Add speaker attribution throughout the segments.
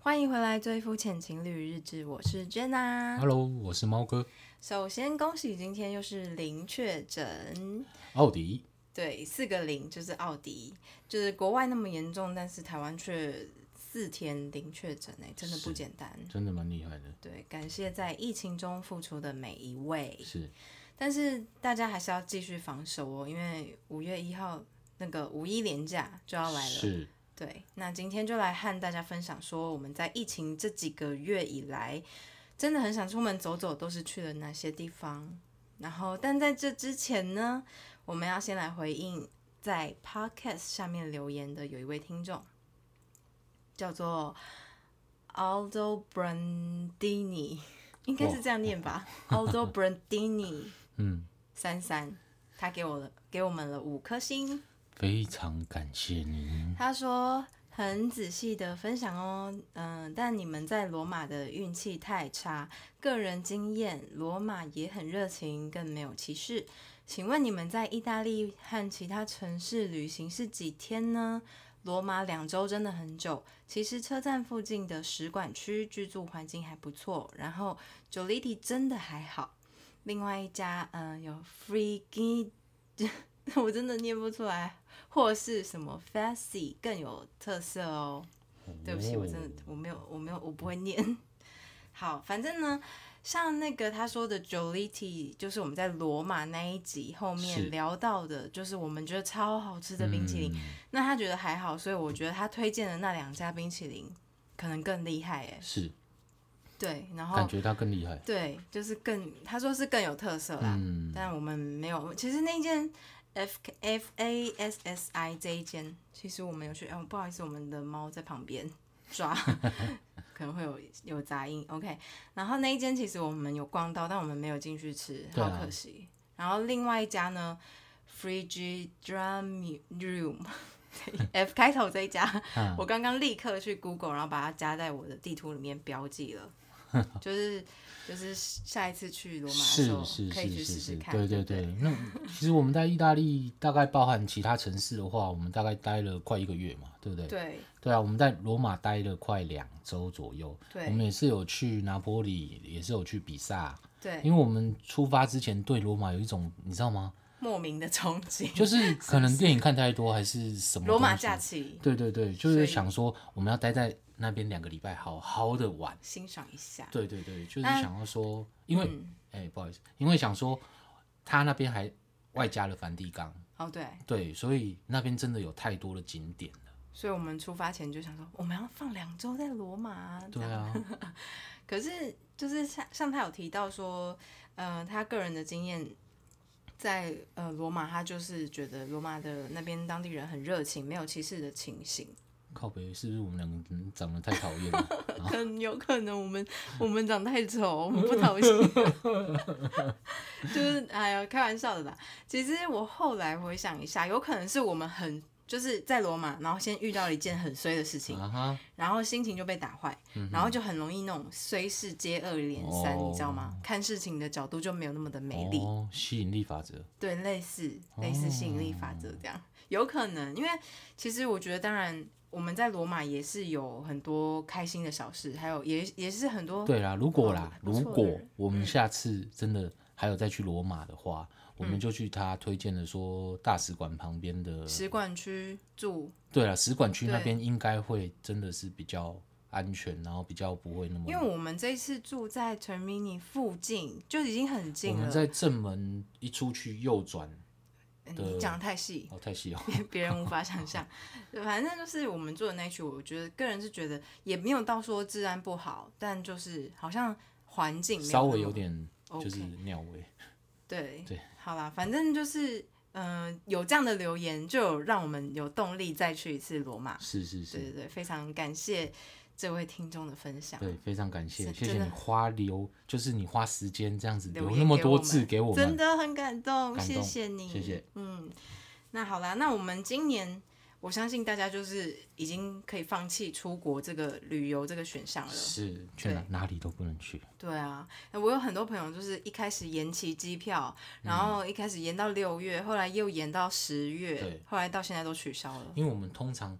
Speaker 1: 欢迎回来《最肤浅情侣日志》，我是 Jenna。
Speaker 2: Hello，我是猫哥
Speaker 1: 首先恭喜今天又是零确诊，
Speaker 2: 奥迪。
Speaker 1: 对，四个零就是奥迪，就是国外那么严重，但是台湾却四天零确诊，哎，真的不
Speaker 2: 是
Speaker 1: 简单。
Speaker 2: 真的蛮厉害的，
Speaker 1: 对，感谢在疫情中付出的每一位。
Speaker 2: 是
Speaker 1: 但是大家还是要继续防守哦，因为五月一号那个五一连假就要来了。
Speaker 2: 是
Speaker 1: 对，那今天就来和大家分享说，我们在疫情这几个月以来，真的很想出门走走，都是去了哪些地方。然后，但在这之前呢，我们要先来回应在 podcast 下面留言的有一位听众，叫做 Aldo Brandini，应该是这样念吧，Aldo Brandini，
Speaker 2: 嗯，
Speaker 1: 三三，他给我了给我们了五颗星。
Speaker 2: 非常感谢您。
Speaker 1: 他说很仔细的分享哦，嗯、但你们在罗马的运气太差，个人经验，罗马也很热情，更没有歧视。请问你们在意大利和其他城市旅行是几天呢？罗马两周真的很久。其实车站附近的使馆区居住环境还不错，然后 j o l i t i 真的还好。另外一家，嗯、有 Free Gi，我真的念不出来，或是什么 fancy 更有特色哦。对不起，我真的
Speaker 2: 哦
Speaker 1: 我没有我没有我不会念。好，反正呢，像那个他说的 Joliti，就是我们在罗马那一集后
Speaker 2: 是
Speaker 1: 面聊到的，就是我们觉得超好吃的冰淇淋。
Speaker 2: 嗯
Speaker 1: 那他觉得还好，所以我觉得他推荐的那两家冰淇淋可能更厉害哎。
Speaker 2: 哦是
Speaker 1: 对，然后
Speaker 2: 感觉他更厉害。
Speaker 1: 对，就是更他说是更有特色啦，
Speaker 2: 嗯
Speaker 1: 但我们没有。其实那间 F F A S S I 这一间，其实我们有去。哦，不好意思，我们的猫在旁边 抓，可能会有有杂音。OK，然后那一间其实我们有逛到，但我们没有进去吃，
Speaker 2: 对
Speaker 1: 好
Speaker 2: 啊
Speaker 1: 可惜。然后另外一家呢，Free G Drum Room。F 开头这一 家，
Speaker 2: 啊
Speaker 1: 我刚刚立刻去 Google，然后把它加在我的地图里面标记 了。就是就是下一次去罗马的时
Speaker 2: 是
Speaker 1: 候
Speaker 2: 是
Speaker 1: 可以去
Speaker 2: 是
Speaker 1: 试
Speaker 2: 是
Speaker 1: 试
Speaker 2: 是，
Speaker 1: 看。
Speaker 2: 对
Speaker 1: 对不
Speaker 2: 对对。那其实我们在意大利，大概包含其他城市的话，我们大概待了快一个月嘛，对不对？
Speaker 1: 对
Speaker 2: 对啊，我们在罗马待了快两周左右。
Speaker 1: 对
Speaker 2: 我们也是有去拿坡里，也是有去比萨，
Speaker 1: 对，
Speaker 2: 因为我们出发之前对罗马有一种你知道吗？
Speaker 1: 莫名的憧憬。
Speaker 2: 就是 可能电影看太多还是什么东西？
Speaker 1: 罗马假期
Speaker 2: 对对对，
Speaker 1: 所
Speaker 2: 就
Speaker 1: 以
Speaker 2: 是想说我们要待在那边两个礼拜，好好的玩。
Speaker 1: 欣赏一下，
Speaker 2: 对对对，就是
Speaker 1: 那嗯
Speaker 2: 想要说，因为哎、不好意思，因为想说他那边还外加了梵蒂冈，
Speaker 1: 哦对，
Speaker 2: 对，所以那边真的有太多的景点了。
Speaker 1: 所以我们出发前就想说，我们要放两周在罗马、啊。
Speaker 2: 对
Speaker 1: 这样
Speaker 2: 啊，
Speaker 1: 可是就是像像他有提到说，呃，他个人的经验在呃罗马，他就是觉得罗马的那边当地人很热情，没有歧视的情形。
Speaker 2: 靠北是不是我们两个人长得太讨厌了？
Speaker 1: 可能有可能我们我们长太丑，我们不讨喜，就是哎呀，开玩笑的啦。其实我后来回想一下，有可能是我们很就是在罗马，然后先遇到了一件很衰的事情，
Speaker 2: 啊哈，
Speaker 1: 然后心情就被打坏，然后就很容易那种衰事接二连三，
Speaker 2: 哦
Speaker 1: 你知道吗？看事情的角度就没有那么的美丽，
Speaker 2: 哦，吸引力法则，
Speaker 1: 对，类似类似吸引力法则
Speaker 2: 哦
Speaker 1: 这样，有可能，因为其实我觉得，当然我们在罗马也是有很多开心的小事，还有也也是很多
Speaker 2: 对啊啦，如果
Speaker 1: 哦
Speaker 2: 啦，
Speaker 1: 不错嗯
Speaker 2: 如果
Speaker 1: 的
Speaker 2: 我们下次真的还有再去罗马的话，我
Speaker 1: 嗯
Speaker 2: 们就去他推荐的说大使馆旁边的，
Speaker 1: 使馆区住，
Speaker 2: 对啦，使馆区那
Speaker 1: 对
Speaker 2: 边应该会真的是比较安全，然后比较不会那么。
Speaker 1: 因为我们这一次住在 t e r m i n i 附近，就已经很
Speaker 2: 我
Speaker 1: 近
Speaker 2: 们
Speaker 1: 了。
Speaker 2: 在正门一出去右转，
Speaker 1: 嗯你讲得太细，
Speaker 2: 哦，太细哦，
Speaker 1: 别人无法想象。 反正就是我们住的那一区，我觉得个人是觉得也没有到说治安不好，但就是好像环境没
Speaker 2: 稍
Speaker 1: 那
Speaker 2: 微
Speaker 1: 么
Speaker 2: 有点
Speaker 1: OK
Speaker 2: 就是尿味。
Speaker 1: 对
Speaker 2: 对，
Speaker 1: 好啦，反正就是，嗯、有这样的留言，就有让我们有动力再去一次罗马。
Speaker 2: 是是
Speaker 1: 对对
Speaker 2: 是，
Speaker 1: 对，非常感谢这位听众的分享，
Speaker 2: 对，非常感谢，
Speaker 1: 是
Speaker 2: 谢
Speaker 1: 真
Speaker 2: 谢
Speaker 1: 的
Speaker 2: 你花留，就是你花时间这样子
Speaker 1: 留
Speaker 2: 留
Speaker 1: 言
Speaker 2: 那么
Speaker 1: 给我
Speaker 2: 多
Speaker 1: 们
Speaker 2: 字给我
Speaker 1: 真
Speaker 2: 们，
Speaker 1: 的很感动，
Speaker 2: 感
Speaker 1: 谢
Speaker 2: 动
Speaker 1: 谢你，
Speaker 2: 谢谢，
Speaker 1: 嗯，那好啦，那我们今年。我相信大家就是已经可以放弃出国这个旅游这个选项了。
Speaker 2: 是去哪哪里都不能去。
Speaker 1: 对啊，我有很多朋友就是一开始延期机票，
Speaker 2: 嗯
Speaker 1: 然后一开始延到六月，后来又延到十月
Speaker 2: 对，
Speaker 1: 后来到现在都取消了。
Speaker 2: 因为我们通常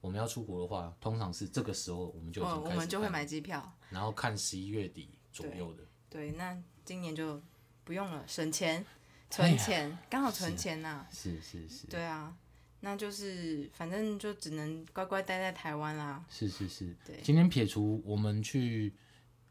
Speaker 2: 我们要出国的话，通常是这个时候我们就已
Speaker 1: 嗯我
Speaker 2: 经
Speaker 1: 我
Speaker 2: 开
Speaker 1: 们
Speaker 2: 始
Speaker 1: 就会
Speaker 2: 看，
Speaker 1: 买机票。
Speaker 2: 然后看十一月底左右的。
Speaker 1: 对，那今年就不用了，省钱，存钱，刚、好存钱呐、
Speaker 2: 哎是是是，
Speaker 1: 对啊，那就是反正就只能乖乖待在台湾啦。
Speaker 2: 是是是
Speaker 1: 对。
Speaker 2: 今天撇除我们去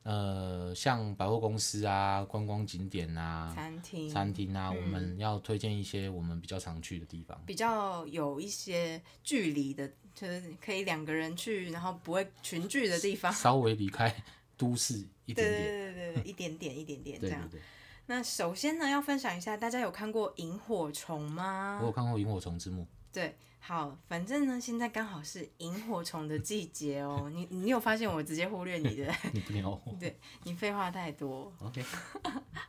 Speaker 2: 呃，像百货公司啊、观光景点啊、
Speaker 1: 餐厅嗯
Speaker 2: 餐厅啊，我们要推荐一些我们比较常去的 地方。
Speaker 1: 比较有一些距离的，就是可以两个人去，然后不会群聚的地方。
Speaker 2: 稍微离开都市一
Speaker 1: 对
Speaker 2: 点
Speaker 1: 对
Speaker 2: 点。
Speaker 1: 对对对，一点点一点点这
Speaker 2: 对
Speaker 1: 样
Speaker 2: 对。对，
Speaker 1: 那首先呢，要分享一下，大家有看过萤火虫吗
Speaker 2: 我？有看过《萤火虫 之墓
Speaker 1: 对，好，反正呢，现在刚好是萤火虫的季节哦。你你有发现我直接忽略你的，》，
Speaker 2: 你不鸟我。
Speaker 1: 你废话太多。
Speaker 2: OK，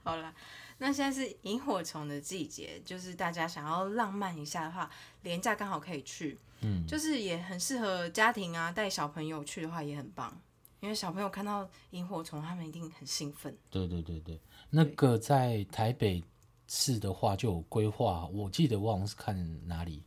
Speaker 1: 好了，那现在是萤火虫的季节，就是大家想要浪漫一下的话，廉价刚好可以去，
Speaker 2: 嗯，
Speaker 1: 就是也很适合家庭啊，带小朋友去的话也很棒，因为小朋友看到萤火虫，他们一定很兴奋。
Speaker 2: 对对对对，那个在台北市的话就有规划，我记得我好像是看哪里，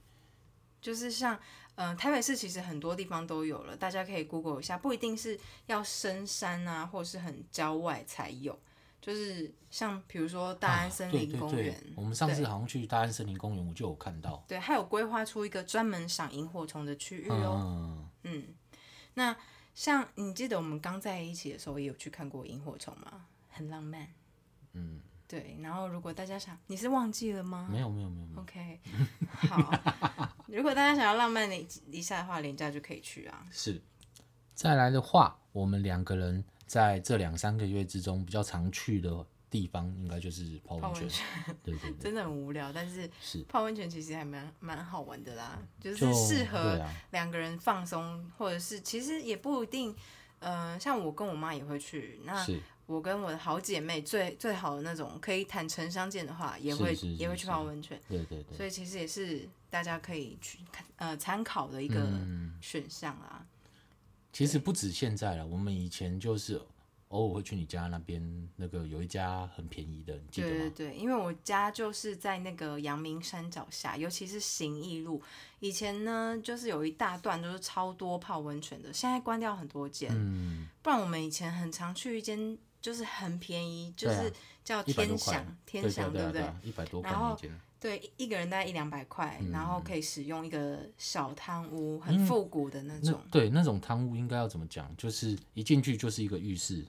Speaker 1: 就是像，嗯、台北市其实很多地方都有了，大家可以 Google 一下，不一定是要深山啊，或是很郊外才有，就是像比如说大安森林公园、
Speaker 2: 啊对对对，我们上次
Speaker 1: 对
Speaker 2: 好像去大安森林公园，我就有看到。
Speaker 1: 对，还有规划出一个专门赏萤火虫的区域哦。
Speaker 2: 嗯，
Speaker 1: 嗯，那像你记得我们刚在一起的时候也有去看过萤火虫吗？很浪漫。
Speaker 2: 嗯，
Speaker 1: 对。然后如果大家想，你是忘记了吗
Speaker 2: 没有没有没有没有，
Speaker 1: ？OK，好。如果大家想要浪漫的一下的话，廉价就可以去啊。
Speaker 2: 是。再来的话，我们两个人在这两三个月之中比较常去的地方，应该就是泡
Speaker 1: 泡
Speaker 2: 温
Speaker 1: 温
Speaker 2: 泉。对对对，
Speaker 1: 真的很无聊，但是
Speaker 2: 是
Speaker 1: 泡温泉其实还蛮蛮好玩的啦， 就是
Speaker 2: 就
Speaker 1: 适
Speaker 2: 对
Speaker 1: 合
Speaker 2: 啊，
Speaker 1: 两个人放松，或者是其实也不一定。呃，像我跟我妈也会去，那
Speaker 2: 是
Speaker 1: 我跟我的好姐妹最最好的那种可以坦诚相见的话，也
Speaker 2: 是
Speaker 1: 会
Speaker 2: 是
Speaker 1: 也
Speaker 2: 是
Speaker 1: 会去
Speaker 2: 是
Speaker 1: 泡温泉。
Speaker 2: 对对对，
Speaker 1: 所以其实也是大家可以去看呃参考的一个
Speaker 2: 嗯
Speaker 1: 选项啊。
Speaker 2: 其实不止现在了，我们以前就是偶尔会去你家那边，那个有一家很便宜的，你记得
Speaker 1: 对对
Speaker 2: 吗？
Speaker 1: 对，因为我家就是在那个阳明山脚下，尤其是行义路，以前呢就是有一大段都是超多泡温泉的，现在关掉很多间。
Speaker 2: 嗯，
Speaker 1: 不然我们以前很常去一间，就是很便宜，就
Speaker 2: 对啊
Speaker 1: 是叫
Speaker 2: 一百
Speaker 1: 天
Speaker 2: 多块
Speaker 1: 享，
Speaker 2: 啊，
Speaker 1: 天享
Speaker 2: 对
Speaker 1: 不
Speaker 2: 啊对
Speaker 1: 对？
Speaker 2: 啊？一百多块
Speaker 1: 然后
Speaker 2: 一间，
Speaker 1: 对，一一个人大概一两百块，然
Speaker 2: 嗯
Speaker 1: 后可以使用一个小汤屋，很复古的那
Speaker 2: 那
Speaker 1: 种。
Speaker 2: 对那种汤屋应该要怎么讲？就是一进去就是一个浴室，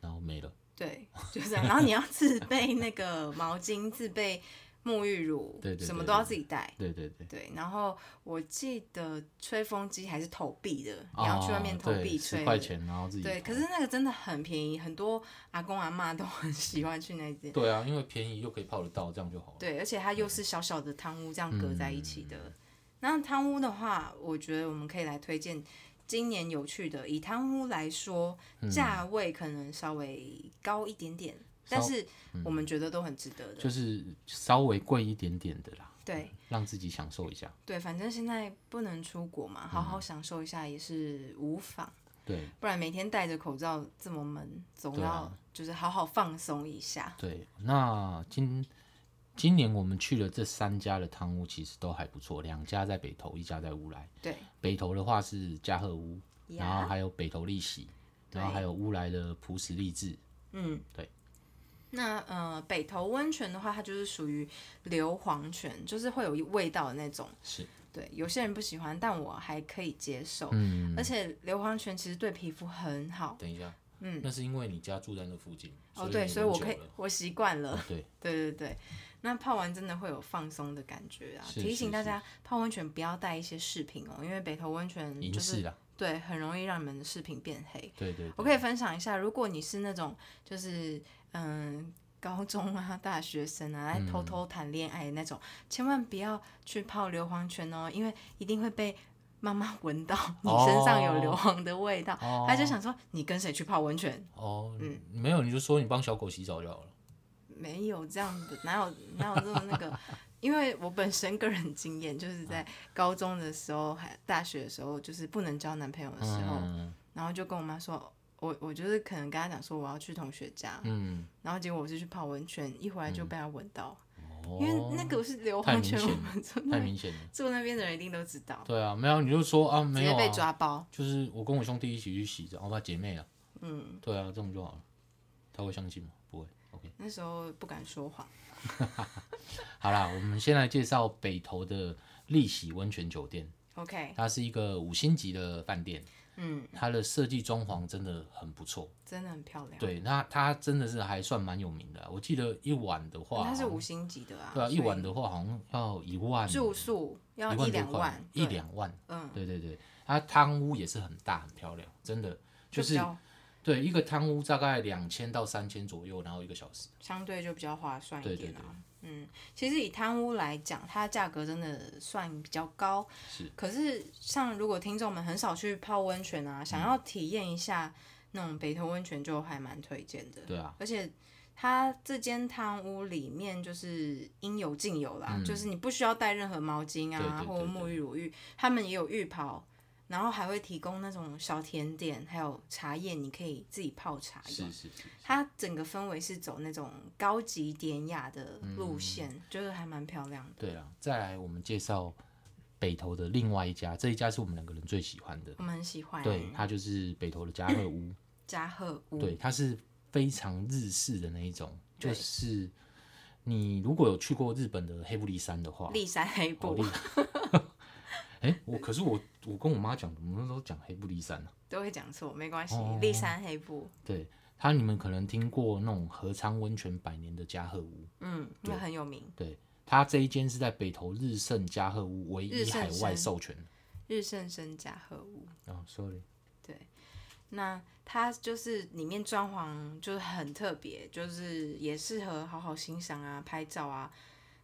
Speaker 2: 然后没了。
Speaker 1: 对，就这样。然后你要自备那个毛巾，自备沐浴乳，
Speaker 2: 对对对
Speaker 1: 什么都要自己带。
Speaker 2: 对对对，
Speaker 1: 对，然后我记得吹风机还是投币的，你
Speaker 2: 哦
Speaker 1: 要去外面投
Speaker 2: 对
Speaker 1: 币吹
Speaker 2: 十
Speaker 1: 的。
Speaker 2: 块钱，然后自己
Speaker 1: 对，
Speaker 2: 投
Speaker 1: 可是那个真的很便宜，很多阿公阿妈都很喜欢去那间。
Speaker 2: 对啊，因为便宜又可以泡得到，这样就好了。
Speaker 1: 对，而且它又是小小的汤屋这样隔在一起的。
Speaker 2: 嗯
Speaker 1: 那汤屋的话，我觉得我们可以来推荐今年有趣的。以汤屋来说，
Speaker 2: 嗯
Speaker 1: 价位可能稍微高一点点，但
Speaker 2: 稍嗯
Speaker 1: 是我们觉得都很值得的。
Speaker 2: 就是稍微贵一点点的啦，
Speaker 1: 对
Speaker 2: 让自己享受一下。
Speaker 1: 对，反正现在不能出国嘛，好
Speaker 2: 嗯
Speaker 1: 好享受一下也是无妨。
Speaker 2: 对
Speaker 1: 不然每天戴着口罩这么闷，总
Speaker 2: 对啊
Speaker 1: 要就是好好放松一下。
Speaker 2: 对，那今今年我们去了这三家的汤屋，其实都还不错，两家在北投，一家在乌来。
Speaker 1: 对，
Speaker 2: 北投的话是嘉禾屋，然后
Speaker 1: 呀，
Speaker 2: 还有北投利喜，
Speaker 1: 对
Speaker 2: 然后还有乌来的朴实利治。
Speaker 1: 嗯，
Speaker 2: 对。
Speaker 1: 那呃，北投温泉的话，它就是属于硫磺泉，就是会有一味道的那种。
Speaker 2: 是，
Speaker 1: 对，有些人不喜欢，但我还可以接受。
Speaker 2: 嗯，
Speaker 1: 而且硫磺泉其实对皮肤很好。
Speaker 2: 等一下，
Speaker 1: 嗯，
Speaker 2: 那是因为你家住在那附近。
Speaker 1: 哦，对，
Speaker 2: 你
Speaker 1: 所以我
Speaker 2: 很久
Speaker 1: 可以
Speaker 2: 了，
Speaker 1: 我习惯了。
Speaker 2: 哦 对，
Speaker 1: 对对对，那泡完真的会有放松的感觉啊！
Speaker 2: 是
Speaker 1: 提
Speaker 2: 是
Speaker 1: 醒大
Speaker 2: 是
Speaker 1: 家，泡温泉不要带一些饰品哦，因为北投温泉
Speaker 2: 银
Speaker 1: 就是哦
Speaker 2: 饰啦，
Speaker 1: 对，很容易让你们的饰品变黑。
Speaker 2: 对对
Speaker 1: 我
Speaker 2: 对，
Speaker 1: 可以分享一下，如果你是那种就是嗯高中啊、大学生啊，
Speaker 2: 嗯
Speaker 1: 在偷偷谈恋爱的那种，千万不要去泡硫磺泉哦，因为一定会被妈妈闻 到你身上有硫磺的味道，
Speaker 2: 哦
Speaker 1: 她就想说你跟谁去泡温泉？
Speaker 2: 哦，
Speaker 1: 嗯
Speaker 2: 没有，你就说你帮小狗洗澡就好了。
Speaker 1: 没有这样的，哪有哪有这么那个？ 因为我本身个人经验，就是在高中的时候，还大学的时候，就是不能交男朋友的时候，
Speaker 2: 嗯
Speaker 1: 然后就跟我妈说，我我就是可能跟她讲说我要去同学家，
Speaker 2: 嗯，
Speaker 1: 然后结果我是去泡温泉，一回来就被他闻到，
Speaker 2: 哦，
Speaker 1: 因为那个是流
Speaker 2: 太
Speaker 1: 完
Speaker 2: 明
Speaker 1: 全
Speaker 2: 显
Speaker 1: 我
Speaker 2: 了
Speaker 1: 们住
Speaker 2: 太
Speaker 1: 那
Speaker 2: 明显了。
Speaker 1: 住那边的人一定都知道，
Speaker 2: 对啊，没有你就说啊，
Speaker 1: 直
Speaker 2: 没有
Speaker 1: 接被
Speaker 2: 啊，
Speaker 1: 抓包。
Speaker 2: 就是我跟我兄弟一起去洗澡，我把姐妹啊，
Speaker 1: 嗯，
Speaker 2: 对啊，这种就好了。他会相信吗？不会。OK，
Speaker 1: 那时候不敢说谎。
Speaker 2: 好啦，我们先来介绍北投的丽喜温泉酒店，
Speaker 1: OK，
Speaker 2: 它是一个五星级的饭店，
Speaker 1: 嗯，
Speaker 2: 它的设计装潢真的很不错。
Speaker 1: 真的很漂亮。
Speaker 2: 对，那它真的是还算蛮有名的啊、我记得一晚的
Speaker 1: 嗯，
Speaker 2: 话，
Speaker 1: 它是
Speaker 2: 好像
Speaker 1: 五星级的啊，
Speaker 2: 对啊，一
Speaker 1: 所以
Speaker 2: 晚的话好像要一万，
Speaker 1: 住宿要
Speaker 2: 一万多
Speaker 1: 两
Speaker 2: 块
Speaker 1: 万，，
Speaker 2: 一
Speaker 1: 对，
Speaker 2: 两万。
Speaker 1: 嗯，
Speaker 2: 对对对，它汤屋也是很大很漂亮，真的就
Speaker 1: 比
Speaker 2: 是
Speaker 1: 较
Speaker 2: 对一个汤屋大概两千到三千左右，然后一个小时。
Speaker 1: 相对就比较划算
Speaker 2: 对
Speaker 1: 一
Speaker 2: 对
Speaker 1: 点啊。嗯，其实以贪污来讲，它的价格真的算比较高。
Speaker 2: 是，
Speaker 1: 可是像如果听众们很少去泡温泉啊，
Speaker 2: 嗯
Speaker 1: 想要体验一下那种北投温泉，就还蛮推荐的。
Speaker 2: 对啊，
Speaker 1: 而且它这间汤屋里面就是应有尽有啦，
Speaker 2: 嗯
Speaker 1: 就是你不需要带任何毛巾啊
Speaker 2: 对对对
Speaker 1: 或者沐浴乳浴，他们也有浴袍，然后还会提供那种小甜点，还有茶叶，你可以自己泡茶
Speaker 2: 是
Speaker 1: 用。
Speaker 2: 是是，
Speaker 1: 它整个氛围是走那种高级典雅的
Speaker 2: 嗯
Speaker 1: 路线，就是还蛮漂亮的。
Speaker 2: 对啊。再来，我们介绍北投的另外一家，这一家是我们两个人最喜欢的，
Speaker 1: 我们很喜欢、
Speaker 2: 对，它就是北投的嘉乐 屋，
Speaker 1: 加贺屋，
Speaker 2: 对，它是非常日式的那一种，就
Speaker 1: 对
Speaker 2: 是你如果有去过日本的黑布利山的话，
Speaker 1: 立山黑布
Speaker 2: 好 厉，害。 哎、我可是我我跟我妈讲，我们那时候讲黑布利山啊。
Speaker 1: 都会讲错，没关系
Speaker 2: 哦。
Speaker 1: 立山黑布，
Speaker 2: 对，他你们可能听过那种合昌温泉百年的嘉禾屋，
Speaker 1: 嗯，那很有名。
Speaker 2: 对，它这一间是在北投日盛嘉禾屋唯
Speaker 1: 日
Speaker 2: 一
Speaker 1: 盛
Speaker 2: 海外
Speaker 1: 山
Speaker 2: 授权。
Speaker 1: 日盛生加贺屋，
Speaker 2: 哦，sorry，
Speaker 1: 那它就是里面装潢就是很特别，就是也适合好好欣赏啊、拍照啊。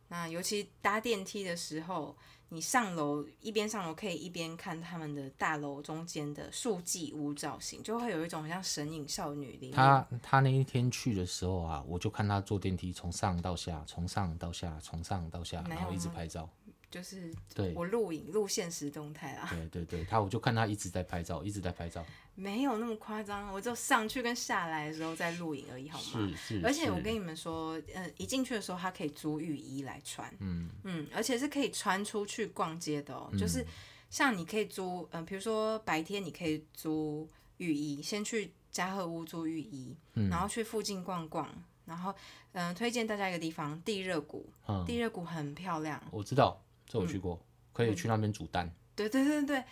Speaker 1: 那尤其搭电梯的时候，你上楼一边上楼可以一边看他们的大楼中间的树纪屋造型，就会有一种像神隐少女里面
Speaker 2: 他他那一天去的时候啊，我就看他坐电梯从上到下，从上到下，从上到下，
Speaker 1: 没
Speaker 2: 然后
Speaker 1: 有啊
Speaker 2: 一直
Speaker 1: 吗
Speaker 2: 拍照。
Speaker 1: 就是
Speaker 2: 对
Speaker 1: 我录影录现实动态啦，
Speaker 2: 对对对，他我就看他一直在拍照，一直在拍照。
Speaker 1: 没有那么夸张，我就上去跟下来的时候再录影而已，好吗？
Speaker 2: 是是，
Speaker 1: 而且我
Speaker 2: 是
Speaker 1: 跟你们说，呃，一进去的时候，它可以租浴衣来穿，嗯而且是可以穿出去逛街的哦。就是像你可以租，嗯、比如说白天你可以租浴衣，先去嘉禾屋租浴衣，然后去附近逛逛，然后嗯、呃推荐大家一个地方，地热谷，
Speaker 2: 嗯
Speaker 1: 地热谷很漂亮，
Speaker 2: 我知道，这我去过，
Speaker 1: 嗯
Speaker 2: 可以去那边煮蛋。
Speaker 1: 对对对对，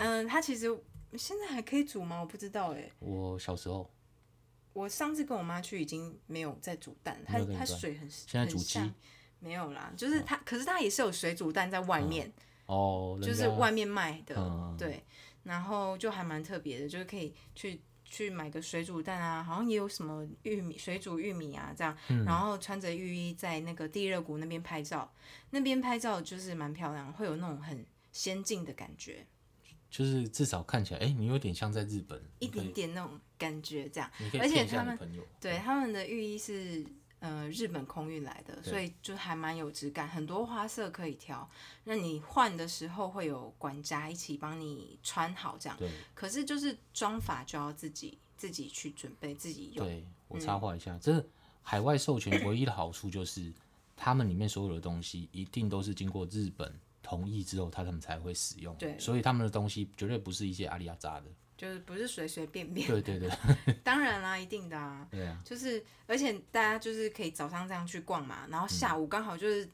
Speaker 1: 嗯、它其实现在还可以煮吗？我不知道哎、
Speaker 2: 我小时候
Speaker 1: 我上次跟我妈去已经没有在煮蛋，它
Speaker 2: 没有在煮
Speaker 1: 它
Speaker 2: 蛋
Speaker 1: 水很
Speaker 2: 现在
Speaker 1: 很
Speaker 2: 煮鸡
Speaker 1: 像没有啦，就是它，可是它也是有水煮蛋在外面，
Speaker 2: 哦，嗯人
Speaker 1: 就是
Speaker 2: 家
Speaker 1: 外面卖的，
Speaker 2: 嗯
Speaker 1: 对，然后就还蛮特别的，就是可以去去买个水煮蛋啊，好像也有什么玉米水煮玉米啊这样，
Speaker 2: 嗯
Speaker 1: 然后穿着浴衣在那个地热谷那边拍照，那边拍照就是蛮漂亮，会有那种很先进的感觉，
Speaker 2: 就是至少看起来，哎、你有点像在日本，
Speaker 1: 一点点那种感觉这样。
Speaker 2: 你可以
Speaker 1: 而且
Speaker 2: 骗一下
Speaker 1: 他
Speaker 2: 你
Speaker 1: 们
Speaker 2: 朋友。
Speaker 1: 对，他们的浴衣是呃日本空运来的，
Speaker 2: 对
Speaker 1: 所以就还蛮有质感，很多花色可以挑。那你换的时候会有管家一起帮你穿好这样，
Speaker 2: 对
Speaker 1: 可是就是妆法就要自己自己去准备，自己用。
Speaker 2: 对，我插话一下，这海外授权唯一的好处就是，他们里面所有的东西一定都是经过日本同意之后，他们才会使用。
Speaker 1: 对
Speaker 2: 所以他们的东西绝对不是一些阿里阿扎的。
Speaker 1: 就是不是随随便便，
Speaker 2: 对对对
Speaker 1: 当然啦，一定的啊，
Speaker 2: 对啊，
Speaker 1: 就是而且大家就是可以早上这样去逛嘛，然后
Speaker 2: 嗯
Speaker 1: 下午刚好就是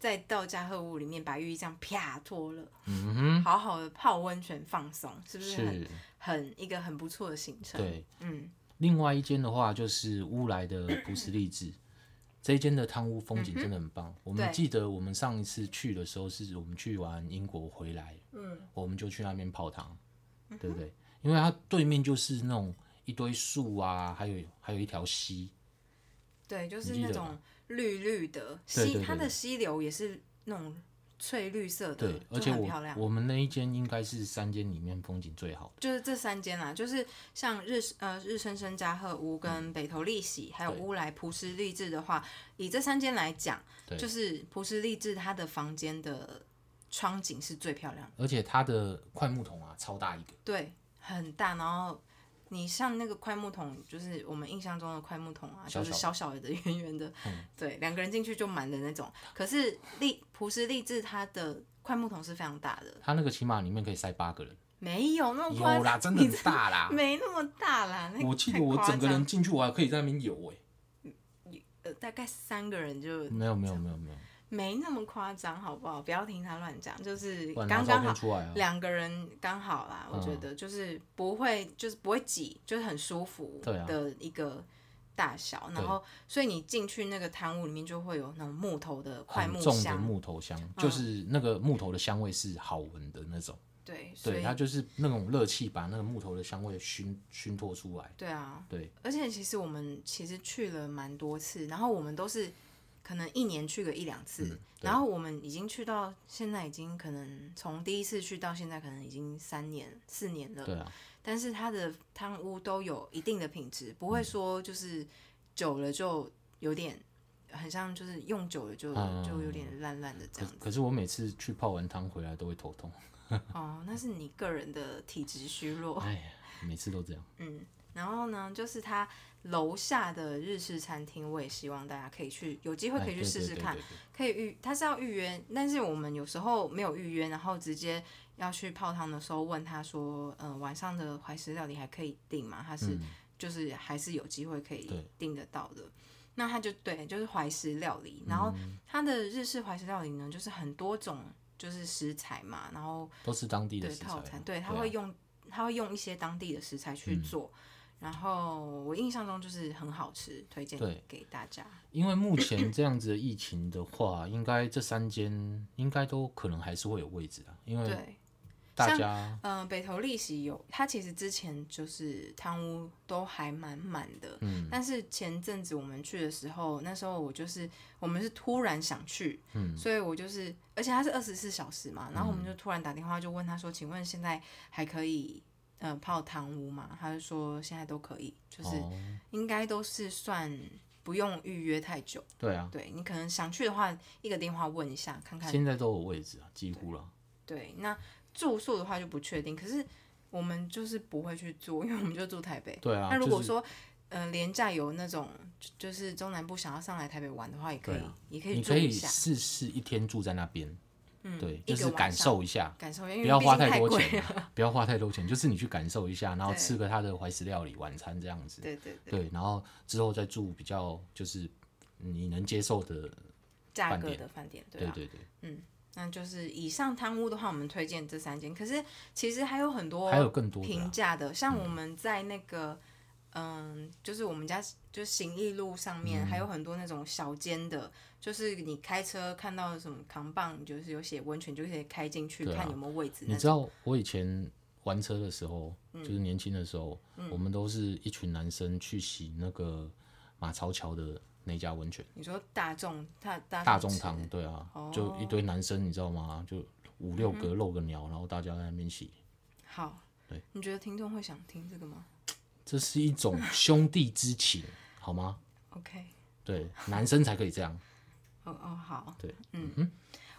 Speaker 1: 再到家贺屋里面把浴衣这样啪脱了，嗯、好好的泡温泉放松，是不是很
Speaker 2: 是，
Speaker 1: 很一个很不错的行程？
Speaker 2: 对。
Speaker 1: 嗯，
Speaker 2: 另外一间的话就是乌来的朴实 荔枝，这一间的汤屋风景真的很棒。我们
Speaker 1: 对
Speaker 2: 记得我们上一次去的时候，是我们去完英国回来，嗯，我们就去那边泡汤，
Speaker 1: 嗯
Speaker 2: 对不对？因为它对面就是那种一堆树啊，还有还有一条溪，
Speaker 1: 对，就
Speaker 2: 你
Speaker 1: 是
Speaker 2: 记
Speaker 1: 那
Speaker 2: 得
Speaker 1: 种绿绿的
Speaker 2: 对
Speaker 1: 溪，
Speaker 2: 对
Speaker 1: 它
Speaker 2: 对
Speaker 1: 的溪流也是那种翠绿色的，
Speaker 2: 对，而
Speaker 1: 嗯就
Speaker 2: 且
Speaker 1: 很漂
Speaker 2: 我
Speaker 1: 亮。
Speaker 2: 我们那一间应该是三间里面风景最好的，
Speaker 1: 就是这三间啦，就是像日呃日升生加贺屋跟北投利喜，还有
Speaker 2: 嗯对
Speaker 1: 乌来蒲石励志的话，以这三间来讲，
Speaker 2: 对
Speaker 1: 就是蒲石励志它的房间的窗景是最漂亮的，
Speaker 2: 而且它的快木桶啊超大一个，
Speaker 1: 对，很大，然后你像那个快木桶，就是我们印象中的快木桶啊，
Speaker 2: 小
Speaker 1: 就是小小的、 圆圆的，
Speaker 2: 嗯
Speaker 1: 对，两个人进去就满的那种。可是荔朴实励志它的快木桶是非常大的，
Speaker 2: 它那个起码里面可以塞八个人，
Speaker 1: 没有那么
Speaker 2: 有
Speaker 1: 夸张，
Speaker 2: 啦，真的
Speaker 1: 你
Speaker 2: 很
Speaker 1: 这
Speaker 2: 大 啦。
Speaker 1: 没那么大啦。那
Speaker 2: 我记
Speaker 1: 哎太
Speaker 2: 得我
Speaker 1: 夸
Speaker 2: 整个人
Speaker 1: 张、
Speaker 2: 进去，我还可以在那边游哎、
Speaker 1: 呃、大概三个人就
Speaker 2: 没有没有没有没有，
Speaker 1: 没那么夸张，好不好？不要听他乱讲，就是
Speaker 2: 不然拿
Speaker 1: 刚
Speaker 2: 照
Speaker 1: 刚
Speaker 2: 片
Speaker 1: 好。
Speaker 2: 出来啊。
Speaker 1: 两个人刚好啦，我觉
Speaker 2: 嗯
Speaker 1: 得就是不会，就是不会挤，就是很舒服
Speaker 2: 对啊
Speaker 1: 的一个大小。
Speaker 2: 对
Speaker 1: 然后，所以你进去那个摊屋里面，就会有那种木头的快
Speaker 2: 很
Speaker 1: 木
Speaker 2: 重的
Speaker 1: 箱，嗯
Speaker 2: 木头香，就是那个木头的香味是好闻的那种，
Speaker 1: 对，所
Speaker 2: 对，
Speaker 1: 以
Speaker 2: 它就是那种热气把那个木头的香味熏熏托出来，
Speaker 1: 对啊，
Speaker 2: 对，
Speaker 1: 而且其实我们其实去了蛮多次，然后我们都是可能一年去个一两次，
Speaker 2: 嗯对
Speaker 1: 然后我们已经去到现在已经可能从第一次去到现在可能已经三年四年了，
Speaker 2: 对啊，
Speaker 1: 但是它的汤屋都有一定的品质，不
Speaker 2: 嗯
Speaker 1: 会说就是久了就有点很像，就是用久了就、
Speaker 2: 嗯
Speaker 1: 就有点烂烂的这
Speaker 2: 可
Speaker 1: 样子。
Speaker 2: 可是我每次去泡完汤回来都会头痛，
Speaker 1: 哦，那是你个人的体质虚 弱。
Speaker 2: 哎呀，每次都这样，
Speaker 1: 嗯，然后呢，就是它楼下的日式餐厅，我也希望大家可以去，有机会
Speaker 2: 哎
Speaker 1: 可以去
Speaker 2: 对
Speaker 1: 试
Speaker 2: 对
Speaker 1: 试
Speaker 2: 对
Speaker 1: 看
Speaker 2: 对。对
Speaker 1: 可以预，他是要预约，但是我们有时候没有预约，然后直接要去泡汤的时候问他说，嗯、晚上的怀石料理还可以订吗？他是、就是还是有机会可以
Speaker 2: 嗯对
Speaker 1: 订得到的。那他就对，就是怀石料理，然后
Speaker 2: 嗯
Speaker 1: 他的日式怀石料理呢，就是很多种就是食材嘛，然后
Speaker 2: 都是当地的
Speaker 1: 对
Speaker 2: 食
Speaker 1: 套餐，
Speaker 2: 材，
Speaker 1: 对，他
Speaker 2: 啊嗯
Speaker 1: 会用、他会用一些当地的食材去做。然后我印象中就是很好吃，推荐
Speaker 2: 对
Speaker 1: 给大家。
Speaker 2: 因为目前这样子的疫情的话，应该这三间应该都可能还是会有位置啊，因为
Speaker 1: 对，
Speaker 2: 大
Speaker 1: 像
Speaker 2: 家
Speaker 1: 嗯，北投利息有，它其实之前就是贪污都还蛮满的，但是前阵子我们去的时候，那时候我就是我们是突然想去，所以我就是，而且它是二十四小时嘛，然后我们就突然打电话就问他说，请问现在还可以呃泡汤屋吗？他就说现在都可以，就是
Speaker 2: 哦，
Speaker 1: 应该都是算不用预约太久，
Speaker 2: 对啊，
Speaker 1: 对你可能想去的话，一个电话问一下看看
Speaker 2: 现在都有位置啊，几乎了，
Speaker 1: 对，那住宿的话就不确定，可是我们就是不会去住，因为我们就住台北。
Speaker 2: 对啊，
Speaker 1: 那如果
Speaker 2: 就是
Speaker 1: 说，呃，廉价有那种就就是中南部想要上来台北玩的话，也可以，
Speaker 2: 对啊
Speaker 1: 也可以
Speaker 2: 你
Speaker 1: 住
Speaker 2: 可以
Speaker 1: 一下，
Speaker 2: 试试一天住在那边，
Speaker 1: 嗯，
Speaker 2: 对，
Speaker 1: 一
Speaker 2: 就
Speaker 1: 个
Speaker 2: 是
Speaker 1: 晚
Speaker 2: 感
Speaker 1: 上
Speaker 2: 受一下，
Speaker 1: 感受一下，因
Speaker 2: 不
Speaker 1: 为
Speaker 2: 要
Speaker 1: 毕
Speaker 2: 花
Speaker 1: 竟
Speaker 2: 太多
Speaker 1: 贵
Speaker 2: 钱
Speaker 1: 了
Speaker 2: 不要花太多钱，就是你去感受一下，然后
Speaker 1: 对
Speaker 2: 吃个他的怀石料理晚餐这样子，
Speaker 1: 对对对，
Speaker 2: 对，然后之后再住比较就是你能接受的，
Speaker 1: 价
Speaker 2: 饭
Speaker 1: 格
Speaker 2: 店
Speaker 1: 的饭店，对
Speaker 2: 对
Speaker 1: 啊。
Speaker 2: 对对，
Speaker 1: 那就是以上贪污的话，我们推荐这三间，可是其实还有很多，
Speaker 2: 还有更多的
Speaker 1: 平
Speaker 2: 啊，
Speaker 1: 价的，像我们在那个，嗯，就是我们家就是行义路上面、
Speaker 2: 嗯
Speaker 1: 还有很多那种小间的，就是你开车看到什么扛棒，就是有写温泉，就可以开进去、
Speaker 2: 对啊
Speaker 1: 看有没有位置
Speaker 2: 你
Speaker 1: 那
Speaker 2: 知
Speaker 1: 种。
Speaker 2: 道我以前玩车的时候，
Speaker 1: 嗯
Speaker 2: 就是年轻的时候，我们都是一群男生去洗那个马槽桥的那家温泉。
Speaker 1: 你说大众大大
Speaker 2: 大众
Speaker 1: 池哦
Speaker 2: 汤，对啊，就一堆男生，你知道吗？就五
Speaker 1: 嗯
Speaker 2: 六个露个鸟，然后大家在那边洗，
Speaker 1: 好，你觉得听众会想听这个吗
Speaker 2: 这是一种兄弟之情，好吗？
Speaker 1: ？OK，
Speaker 2: 对，男生才可以这样。
Speaker 1: 哦哦好，
Speaker 2: 对，
Speaker 1: 嗯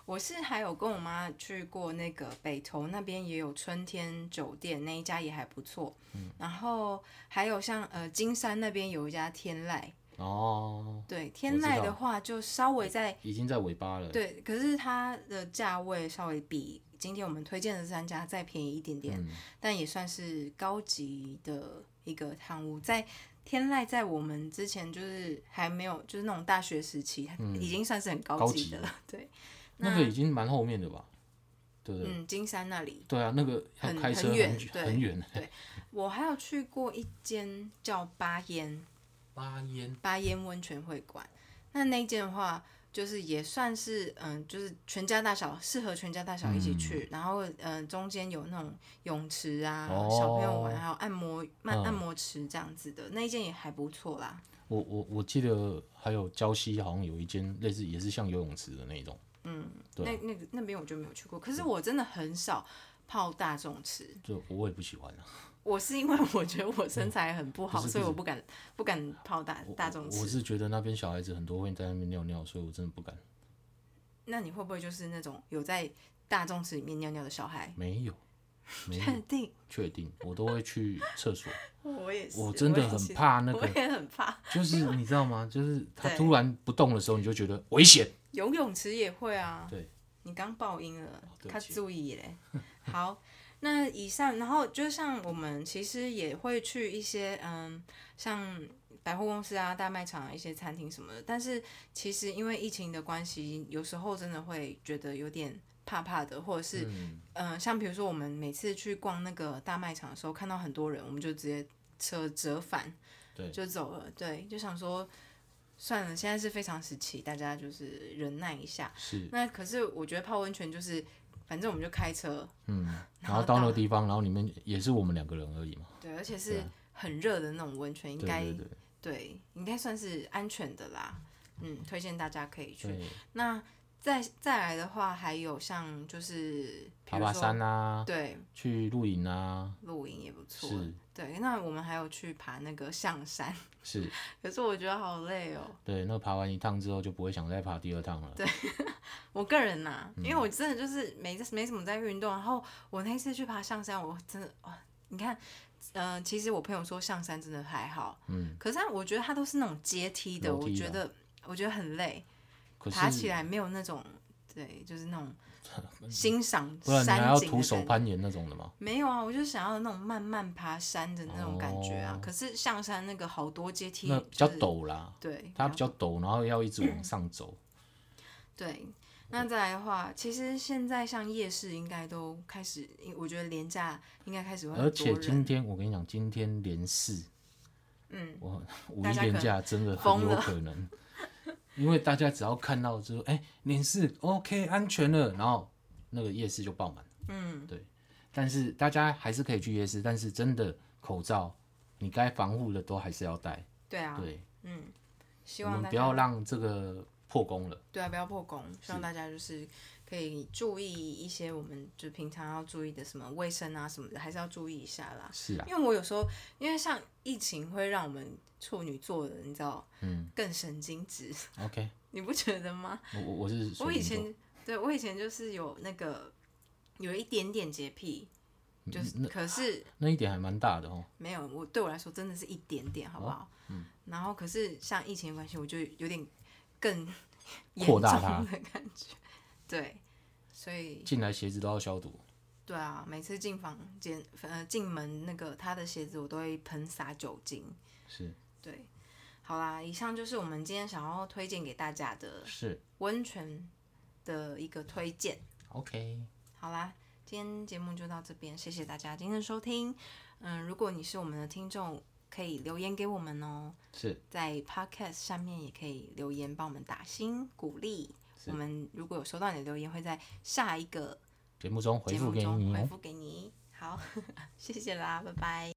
Speaker 1: 我是还有跟我妈去过那个北投那边也有春天酒店那一家也还不错，然后还有像呃金山那边有一家天籁，
Speaker 2: 哦，
Speaker 1: 对天籁的话，就稍微在
Speaker 2: 已经在尾巴了。
Speaker 1: 对，可是它的价位稍微比今天我们推荐的这三家再便宜一点点，但也算是高级的一个汤屋。在天籁，在我们之前就是还没有，就是那种大学时期，它已经算是很
Speaker 2: 高
Speaker 1: 嗯高级
Speaker 2: 级
Speaker 1: 的了。对，
Speaker 2: 那个已经蛮后面的吧？对不对？
Speaker 1: 嗯，金山那里，
Speaker 2: 对啊，那个要
Speaker 1: 很
Speaker 2: 开车
Speaker 1: 很远
Speaker 2: 久
Speaker 1: 对
Speaker 2: 很远。
Speaker 1: 我还有去过一间叫巴烟
Speaker 2: 巴烟
Speaker 1: 巴烟温泉会馆，那那间的话，就是也算是嗯，就是全家大小适合全家大小一起去，然后嗯，中间有那种泳池啊，
Speaker 2: 哦
Speaker 1: 小朋友玩，还有按摩慢、
Speaker 2: 嗯
Speaker 1: 按摩池这样子的，那一间也还不错啦。
Speaker 2: 我我我记得还有礁溪，好像有一间类似也是像游泳池的那种。对
Speaker 1: 那那个那边我就没有去过，可是我真的很少泡大众池，
Speaker 2: 就我也不喜欢啊，
Speaker 1: 我是因为我觉得我身材很不好，
Speaker 2: 嗯不是
Speaker 1: 所以我不敢不敢泡大
Speaker 2: 我
Speaker 1: 大众
Speaker 2: 我我
Speaker 1: 池。
Speaker 2: 是觉得那边小孩子很多会在那边尿尿，所以我真的不敢。
Speaker 1: 那你会不会就是那种有在大众池里面尿尿的小孩？
Speaker 2: 没有，没
Speaker 1: 确定？
Speaker 2: 确定，我都会去厕所。
Speaker 1: 我也是，
Speaker 2: 我真的
Speaker 1: 也
Speaker 2: 很
Speaker 1: 是
Speaker 2: 怕那个
Speaker 1: 我也很怕
Speaker 2: 就是 你知道吗？就是它
Speaker 1: 对
Speaker 2: 突然不动的时候，你就觉得 危险。
Speaker 1: 游泳池也会啊。
Speaker 2: 对，哦
Speaker 1: 你刚爆音了，
Speaker 2: 对
Speaker 1: 他
Speaker 2: 不起
Speaker 1: 注意嘞。 好，那以上，然后就像我们其实也会去一些嗯，像百货公司啊、大卖场啊、一些餐厅什么的，但是其实因为疫情的关系，有时候真的会觉得有点怕怕的，或者是
Speaker 2: 嗯，
Speaker 1: 嗯、呃像比如说我们每次去逛那个大卖场的时候，看到很多人，我们就直接车折返，
Speaker 2: 对
Speaker 1: 就走了。对，就想说算了，现在是非常时期，大家就是忍耐一下。
Speaker 2: 是，
Speaker 1: 那可是我觉得泡温泉就是，反正我们就开车，
Speaker 2: 嗯，
Speaker 1: 然
Speaker 2: 然
Speaker 1: 后
Speaker 2: 后到那
Speaker 1: 到
Speaker 2: 个地方，然后里面也是我们两个人而已嘛。
Speaker 1: 对，而且
Speaker 2: 对
Speaker 1: 是
Speaker 2: 啊
Speaker 1: 很热的那种温泉，应
Speaker 2: 对
Speaker 1: 该
Speaker 2: 对对
Speaker 1: 对应该算是安全的啦。嗯，推荐大家可以去。
Speaker 2: 对，
Speaker 1: 那再再来的话，还有像就是比
Speaker 2: 爬
Speaker 1: 如
Speaker 2: 爬
Speaker 1: 说
Speaker 2: 山啊，
Speaker 1: 对，
Speaker 2: 去露营啊，
Speaker 1: 露营也不错。
Speaker 2: 是
Speaker 1: 对，那我们还有去爬那个象山，
Speaker 2: 是，
Speaker 1: 可是我觉得好累哦。
Speaker 2: 对，那爬完一趟之后就不会想再爬第二趟了。
Speaker 1: 我个人呐、因为
Speaker 2: 嗯
Speaker 1: 我真的就是没没怎么在运动，然后我那一次去爬象山，我真的哇，你看，呃，其实我朋友说象山真的还好，
Speaker 2: 嗯，
Speaker 1: 可是啊我觉得它都是那种阶梯的，
Speaker 2: 楼
Speaker 1: 我
Speaker 2: 梯的啊
Speaker 1: 觉得我觉得很累，
Speaker 2: 可
Speaker 1: 爬起
Speaker 2: 是
Speaker 1: 来没有那种对，就是那 种欣赏
Speaker 2: 不然你还
Speaker 1: 山
Speaker 2: 要
Speaker 1: 景
Speaker 2: 徒
Speaker 1: 的
Speaker 2: 手
Speaker 1: 感觉。
Speaker 2: 攀岩那种的嘛？
Speaker 1: 没有啊，我就想要那种慢慢爬山的那种感觉啊。
Speaker 2: 哦
Speaker 1: 可是象山那个好多阶梯，
Speaker 2: 那比较
Speaker 1: 就是，
Speaker 2: 陡啦，
Speaker 1: 对，
Speaker 2: 它比较陡，然后要一直往上走。
Speaker 1: 对，那再来的话，其实现在像夜市应该都开始，因我觉得廉价应该开始会很
Speaker 2: 而
Speaker 1: 多
Speaker 2: 且今
Speaker 1: 人，
Speaker 2: 天我跟你讲，今天连四，
Speaker 1: 嗯，
Speaker 2: 我五
Speaker 1: 大
Speaker 2: 一
Speaker 1: 家可能
Speaker 2: 连假真的很
Speaker 1: 疯
Speaker 2: 有
Speaker 1: 了
Speaker 2: 可能，因为大家只要看到之后，哎、连四 OK 安全了，然后那个夜市就爆满。
Speaker 1: 嗯，
Speaker 2: 对。但是大家还是可以去夜市，但是真的口罩，你该防护的都还是要戴。
Speaker 1: 对啊，
Speaker 2: 对，
Speaker 1: 嗯，希
Speaker 2: 我
Speaker 1: 望
Speaker 2: 们
Speaker 1: 大
Speaker 2: 不要
Speaker 1: 家
Speaker 2: 让这个破功了。
Speaker 1: 对啊不要破功，希望大家就是可以注意一些我们就平常要注意的什么卫生啊什么的，还是要注意一下啦。
Speaker 2: 是啊，
Speaker 1: 因为我有时候，因为像疫情会让我们处女座的，你知道，
Speaker 2: 嗯
Speaker 1: 更神经质，
Speaker 2: ，OK，
Speaker 1: 你不觉得吗？
Speaker 2: 我我我是水
Speaker 1: 我以
Speaker 2: 瓶座
Speaker 1: 前对我以前就是有那个有一点点洁癖，就是可是
Speaker 2: 嗯那一点还蛮大的哦。
Speaker 1: 没有我对我来说真的是一点点，好不好？嗯。然后可是像疫情的关系，我就有点更严
Speaker 2: 扩
Speaker 1: 重
Speaker 2: 大它
Speaker 1: 的感觉。对，所以
Speaker 2: 进来鞋子都要消毒，
Speaker 1: 对啊，每次进房间呃进门那个他的鞋子，我都会喷洒酒精。
Speaker 2: 是
Speaker 1: 对，好啦，以上就是我们今天想要推荐给大家的
Speaker 2: 是
Speaker 1: 温泉的一个推荐。
Speaker 2: ，OK，
Speaker 1: 好啦，今天节目就到这边，谢谢大家今天的收听。嗯，如果你是我们的听众，可以留言给我们哦，
Speaker 2: 是
Speaker 1: 在 Podcast 下面也可以留言帮我们打新鼓励。
Speaker 2: 是
Speaker 1: 我们如果有收到你的留言，会在下一个
Speaker 2: 节目中回
Speaker 1: 节
Speaker 2: 复
Speaker 1: 目
Speaker 2: 给
Speaker 1: 中
Speaker 2: 你
Speaker 1: 回
Speaker 2: 哦。
Speaker 1: 复给你。好，谢谢啦，拜拜。